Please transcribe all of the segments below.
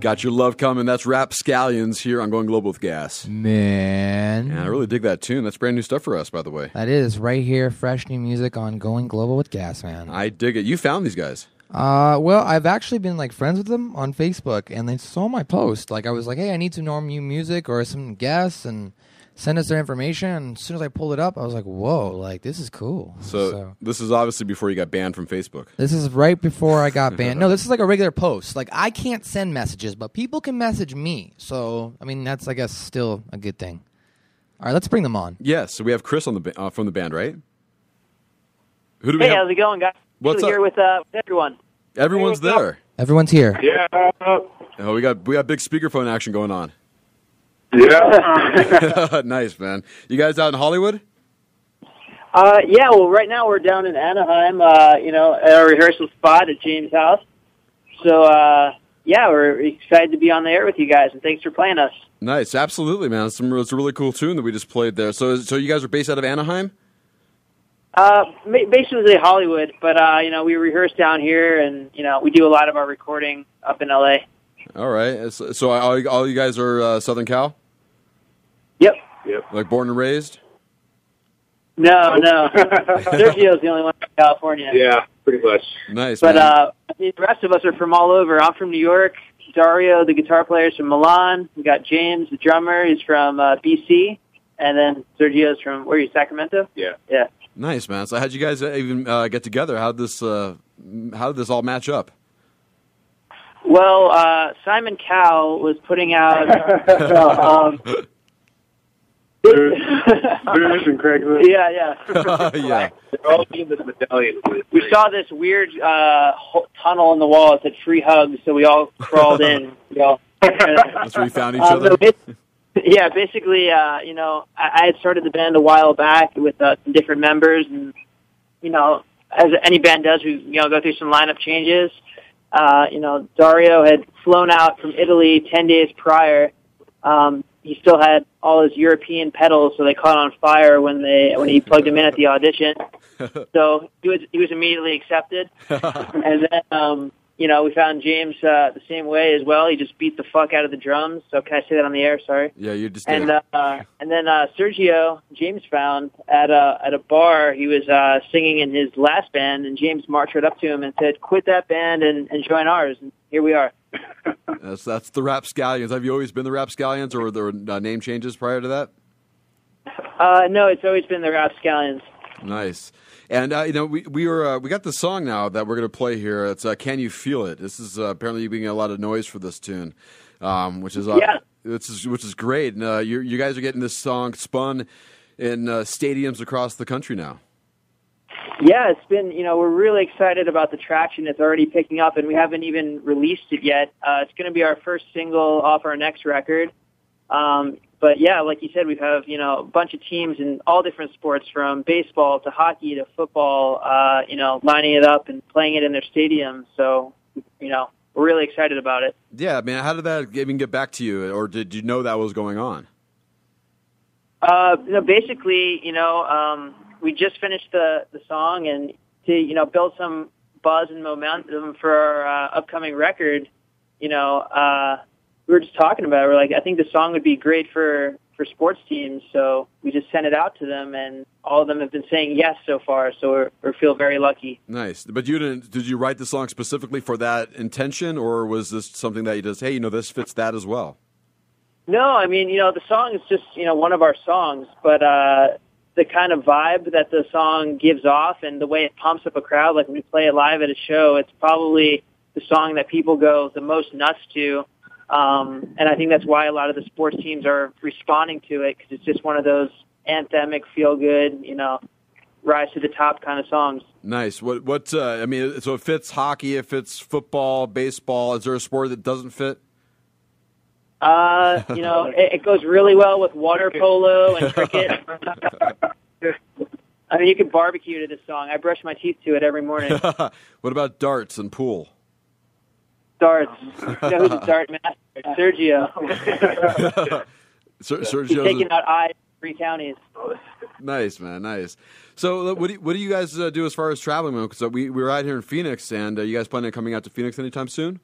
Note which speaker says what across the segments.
Speaker 1: Got your love coming. That's Rap Scallions here on Going Global with Gas.
Speaker 2: Man.
Speaker 1: And I really dig that tune. That's brand new stuff for us, by the way.
Speaker 2: That is right here, fresh new music on Going Global with Gas, man.
Speaker 1: I dig it. You found these guys.
Speaker 2: Uh, well, I've actually been like friends with them on Facebook, and they saw my post. Like, I was like, "Hey, I need some Norm U music or some guests," and send us their information. And as soon as I pulled it up, I was like, "Whoa! Like, this is cool."
Speaker 1: So, this is obviously before you got banned from Facebook.
Speaker 2: This is right before I got banned. no, this is like a regular post. Like I can't send messages, but people can message me. So I mean, that's I guess still a good thing. All right, let's bring them on.
Speaker 1: Yes, so we have Chris on the ba- uh, from the band, right? Who do we
Speaker 3: Hey,
Speaker 1: have?
Speaker 3: how's it going, guys?
Speaker 1: What's up?
Speaker 3: Usually here with, uh, with everyone.
Speaker 1: Everyone's
Speaker 3: Hey, what's
Speaker 1: there.
Speaker 2: Everyone's here.
Speaker 4: Yeah.
Speaker 1: Oh, we got we got big speakerphone action going on.
Speaker 4: Yeah.
Speaker 1: nice, man. You guys out in Hollywood?
Speaker 3: Uh, yeah, well, right now we're down in Anaheim, uh, you know, at our rehearsal spot at James House. So, uh, yeah, we're excited to be on the air with you guys, and thanks for playing us.
Speaker 1: Nice, absolutely, man. It's, some, it's a really cool tune that we just played there. So, so you guys are based out of Anaheim?
Speaker 3: Uh, ma- basically Hollywood, but, uh, you know, we rehearse down here, and, you know, we do a lot of our recording up in L.A.
Speaker 1: All right. So, so all, you- all you guys are uh, Southern Cal,
Speaker 3: Yep.
Speaker 4: yep.
Speaker 1: like born and raised.
Speaker 3: No, no. Sergio's the only one from California.
Speaker 4: Yeah, pretty much.
Speaker 1: Nice,
Speaker 3: But
Speaker 1: man.
Speaker 3: uh, the rest of us are from all over. I'm from New York. Dario, the guitar player, is from Milan. We got James, the drummer, is from uh, BC, and then Sergio's from where are you, Sacramento?
Speaker 4: Yeah.
Speaker 3: Yeah.
Speaker 1: nice, man. So, how'd you guys uh, even uh, get together? How would this uh, m- how did this all match up?
Speaker 3: Well, uh, Simon Cowell was putting out. um,
Speaker 4: Booze Booze and Craigslist.
Speaker 3: yeah, yeah.
Speaker 1: Oh, yeah,
Speaker 4: They're all in this medallion.
Speaker 3: We saw this weird uh, ho- tunnel in the wall. It said free hugs, so we all crawled in. We all.
Speaker 1: that's where you found each
Speaker 3: Uh,
Speaker 1: other.
Speaker 3: so bas- yeah, basically, uh, you know, I, I had started the band a while back with uh, some different members, and you know, as any band does, we you know go through some lineup changes. Uh, you know, Dario had flown out from Italy ten days prior. Um, he still had all his European pedals, so they caught on fire when they when he plugged them in at the audition. So he was he was immediately accepted and then um, you know we found James uh, the same way as well. He just beat the fuck out of the drums. So can I say that on the air? Sorry.
Speaker 1: yeah, you just
Speaker 3: And
Speaker 1: did.
Speaker 3: uh, and then uh, Sergio James found at a at a bar. He was uh, singing in his last band, and James marched right up to him and said, "Quit that band and, and join ours." And here we are.
Speaker 1: that's, that's the Rap Scallions. Have you always been the Rap Scallions, or were there uh, name changes prior to that?
Speaker 3: Uh, no, it's always been the Rapscallions.
Speaker 1: Nice. And uh, you know, we we were uh, we got the song now that we're going to play here. It's uh, "Can You Feel It." This is uh, apparently you being a lot of noise for this tune, um, which is uh,
Speaker 3: Yeah.
Speaker 1: which is which is great. And uh, you you guys are getting this song spun in uh, stadiums across the country now.
Speaker 3: Yeah, it's been, you know, we're really excited about the traction it's already picking up, and we haven't even released it yet. Uh, it's going to be our first single off our next record. Um, but yeah, like you said, we have, you know, a bunch of teams in all different sports from baseball to hockey to football, uh, you know, lining it up and playing it in their stadium. So, you know, we're really excited about it.
Speaker 1: Yeah, man. How did that even get back to you, or did you know that was going on?
Speaker 3: Uh, you know, basically, you know, um, we just finished the, the song and to, you know, build some buzz and momentum for our uh, upcoming record, you know, uh, we were just talking about it. We're like, I think the song would be great for, for sports teams. So we just sent it out to them and all of them have been saying yes so far. So we're, we feel very lucky.
Speaker 1: Nice. But you didn't? Did you write the song specifically for that intention, or was this something that you just hey, you know, this fits that as well?
Speaker 3: No, I mean, you know, the song is just, you know, one of our songs, but uh the kind of vibe that the song gives off and the way it pumps up a crowd, like when we play it live at a show, it's probably the song that people go the most nuts to. Um, and I think that's why a lot of the sports teams are responding to it because it's just one of those anthemic, feel good, you know, rise to the top kind of songs.
Speaker 1: Nice. What? What? Uh, I mean, so it fits hockey, it fits football, baseball. Is there a sport that doesn't fit?
Speaker 3: Uh, you know, it, it goes really well with water polo and cricket. I mean, you could barbecue to this song. I brush my teeth to it every morning.
Speaker 1: what about darts and pool?
Speaker 3: Darts. You know who's a dart master? Sergio.
Speaker 1: Ser-
Speaker 3: He's
Speaker 1: Sergio's
Speaker 3: taking out eyes in three counties.
Speaker 1: nice, man, nice. So, uh, what do you, what do you guys uh, do as uh, far as traveling? Because we we were out here in Phoenix, and uh, you guys planning on coming out to Phoenix anytime soon?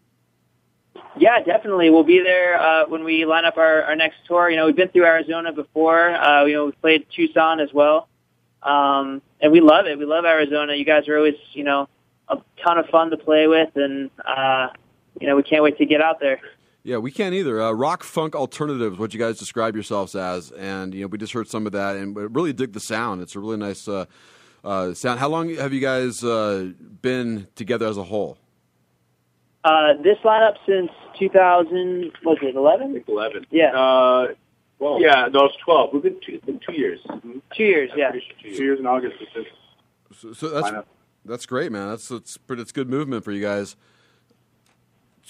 Speaker 3: Yeah, definitely. We'll be there uh, when we line up our, our next tour. You know, we've been through Arizona before. Uh, you know, we've played Tucson as well, um, and we love it. We love Arizona. You guys are always, you know, a ton of fun to play with, and uh, you know, we can't wait to get out there.
Speaker 1: Yeah, we can't either. Uh, rock funk alternatives, what you guys describe yourselves as, and you know we just heard some of that, and we really dig the sound. It's a really nice uh, uh, sound. How long have you guys uh, been together as a whole?
Speaker 3: Uh, this lineup since 2000 was it 11?
Speaker 4: 11.
Speaker 3: Yeah.
Speaker 4: Uh, well, yeah, no, it's 12. We've been two, it's been two years. Mm-hmm.
Speaker 3: Two years, yeah.
Speaker 4: Two years. two years in August. It's just
Speaker 1: So, so that's
Speaker 4: Lineup.
Speaker 1: that's great, man. That's that's pretty, it's good movement for you guys.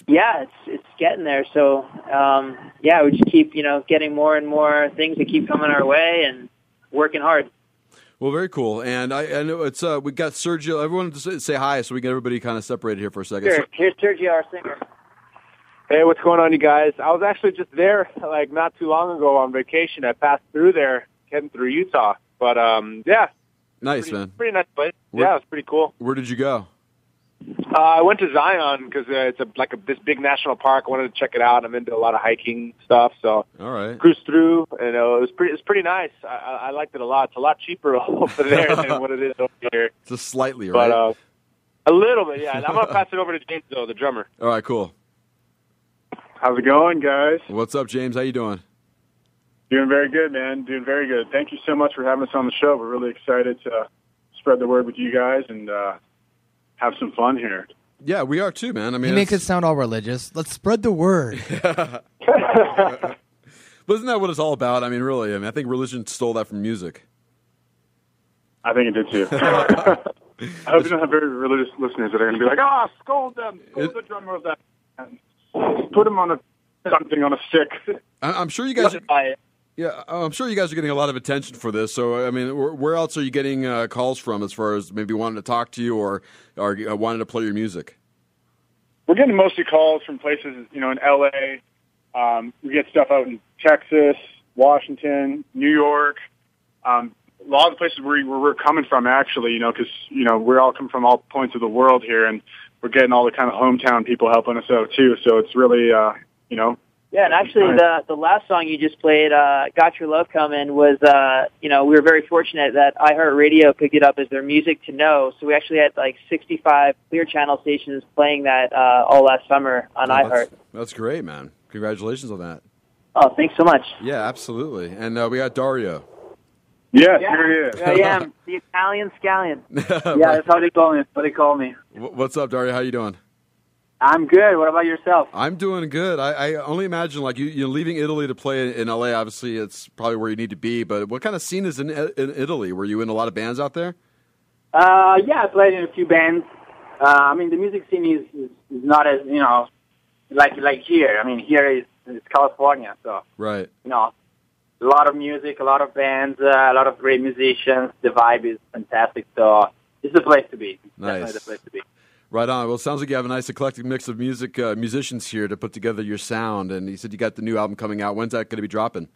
Speaker 3: yeah, it's it's getting there. So um, yeah, we just keep you know getting more and more things that keep coming our way and working hard.
Speaker 1: Well, very cool. And I, I know it's uh, we got Sergio. Everyone just say- say hi, so we get everybody kind of separated here for a second.
Speaker 3: Sure. Here's Sergio, our singer.
Speaker 5: Hey, what's going on, you guys? I was actually just there, like not too long ago, on vacation. I passed through there, heading through Utah. But um, yeah,
Speaker 1: nice
Speaker 5: pretty,
Speaker 1: man.
Speaker 5: pretty nice place.
Speaker 1: Where-
Speaker 5: yeah, it was pretty cool.
Speaker 1: Where did you go?
Speaker 5: Uh, I went to Zion because uh, it's a, like a, this big national park. I wanted to check it out. I'm into a lot of hiking stuff, so
Speaker 1: All right.
Speaker 5: cruised through. You know, it was pretty. It's pretty nice. I, I, I liked it a lot. It's a lot cheaper over there than what it is over here.
Speaker 1: Just slightly, right?
Speaker 5: But uh, a little bit, yeah. And I'm gonna pass it over to James though, the drummer.
Speaker 1: All right, cool.
Speaker 6: How's it going, guys?
Speaker 1: What's up, James? How you doing?
Speaker 6: Doing very good, man. Doing very good. Thank you so much for having us on the show. We're really excited to spread the word with you guys and uh, have some fun here.
Speaker 1: Yeah, we are too, man. I mean,
Speaker 2: He makes it
Speaker 1: it's-
Speaker 2: sound all religious. Let's spread the word.
Speaker 1: But isn't that what it's all about? I mean, really, I mean, I think religion stole that from music.
Speaker 6: I think it did too. I hope you don't have very religious listeners that are going to be like, ah, scold them, scold
Speaker 1: It-
Speaker 6: the drummer of that. band. Put him on a something on a stick.
Speaker 1: I- I'm sure you guys. Are,
Speaker 5: I,
Speaker 1: yeah, oh, I'm sure you guys are getting a lot of attention for this. So, I mean, where, where else are you getting uh, calls from as far as maybe wanting to talk to you or or uh, wanting to play your music?
Speaker 6: we're getting mostly calls from places, you know, in LA. Um, we get stuff out in Texas, Washington, New York. Um, a lot of the places where, where we're coming from, actually, you know, because you know we're all coming from all points of the world here, and we're getting all the kind of hometown people helping us out too. So it's really, uh, you know,
Speaker 3: Yeah, and actually the the last song you just played, uh, "Got Your Love Coming," was uh, you know we were very fortunate that iHeartRadio picked it up as their music to know. So we actually had like 65 Clear Channel stations playing that uh, all last summer on iHeart.
Speaker 1: that's, that's great, man. Congratulations on that.
Speaker 3: Oh, thanks so much.
Speaker 1: Yeah, absolutely. And uh, we got Dario.
Speaker 6: yeah, here it is.
Speaker 3: I am the Italian scallion. yeah, that's how they call me. That's what they call me.
Speaker 1: Wh- What's up, Dario? How you doing?
Speaker 3: I'm good. What about yourself?
Speaker 1: I'm doing good. I, I only imagine like you, you're leaving Italy to play in LA. Obviously, it's probably where you need to be. But what kind of scene is in, uh, in Italy? Were you in a lot of bands out there?
Speaker 7: Uh, yeah, I played in a few bands. Uh, I mean, the music scene is, is, is not as you know, like like here. I mean, here is it's California, so
Speaker 1: Right.
Speaker 7: you know, a lot of music, a lot of bands, uh, a lot of great musicians. The vibe is fantastic, so it's the place to be. It's
Speaker 1: Nice.
Speaker 7: Definitely the place to be.
Speaker 1: Right on. Well, it sounds like you have a nice eclectic mix of music uh, musicians here to put together your sound. And you said you got the new album coming out. When's that going to be dropping?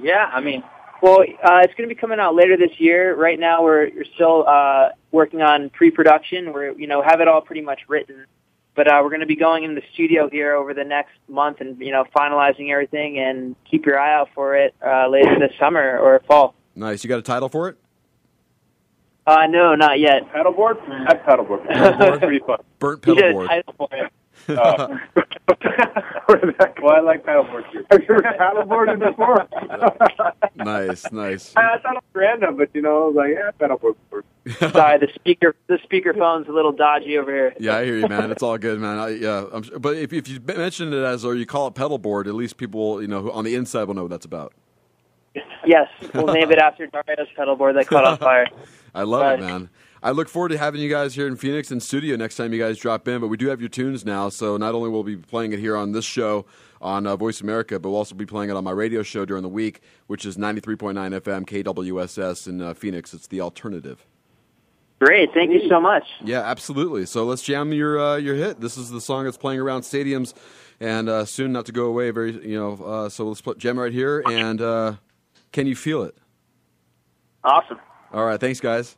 Speaker 7: Yeah, I mean,
Speaker 3: Well, uh, it's going to be coming out later this year. Right now, we're, we're still uh, working on pre-production. We're you know have it all pretty much written, but uh, we're going to be going in the studio here over the next month and you know finalizing everything. And keep your eye out for it uh, later this summer or fall.
Speaker 1: Nice. You got a title for it?
Speaker 3: Uh, no, not yet.
Speaker 6: Paddleboard, I have paddleboard. Paddleboard, pretty fun.
Speaker 1: Burnt
Speaker 3: You did a
Speaker 1: Pedalboard.
Speaker 3: title for it.
Speaker 6: well, I like paddleboard too. Have you ever paddleboarded before?
Speaker 1: Nice, nice.
Speaker 6: I thought it was random, but you know, I was like, yeah, paddleboard. before.
Speaker 3: Sorry, the speaker the speakerphone's a little dodgy over here.
Speaker 1: Yeah, I hear you, man. It's all good, man. I, yeah, I'm, s- but if, if you mention it as or you call it pedalboard, at least people you know who, on the inside will know what that's about.
Speaker 3: Yes, we'll name it after Dario's pedal board that caught on fire.
Speaker 1: I love it,
Speaker 3: Right.
Speaker 1: man. I look forward to having you guys here in Phoenix in studio next time you guys drop in. But we do have your tunes now, so not only will we be playing it here on this show on uh, Voice America, but we'll also be playing it on my radio show during the week, which is 93.9 FM KWSS in uh, Phoenix. It's the alternative.
Speaker 3: Great, thank you so much.
Speaker 1: Yeah, absolutely. So let's jam your uh, your hit. This is the song that's playing around stadiums, and uh, soon not to go away. Very you know. Uh, so let's pl- jam right here. And uh, can you feel it?
Speaker 7: awesome.
Speaker 1: All right, thanks guys.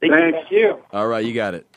Speaker 3: Thank you.
Speaker 1: All right, you got it.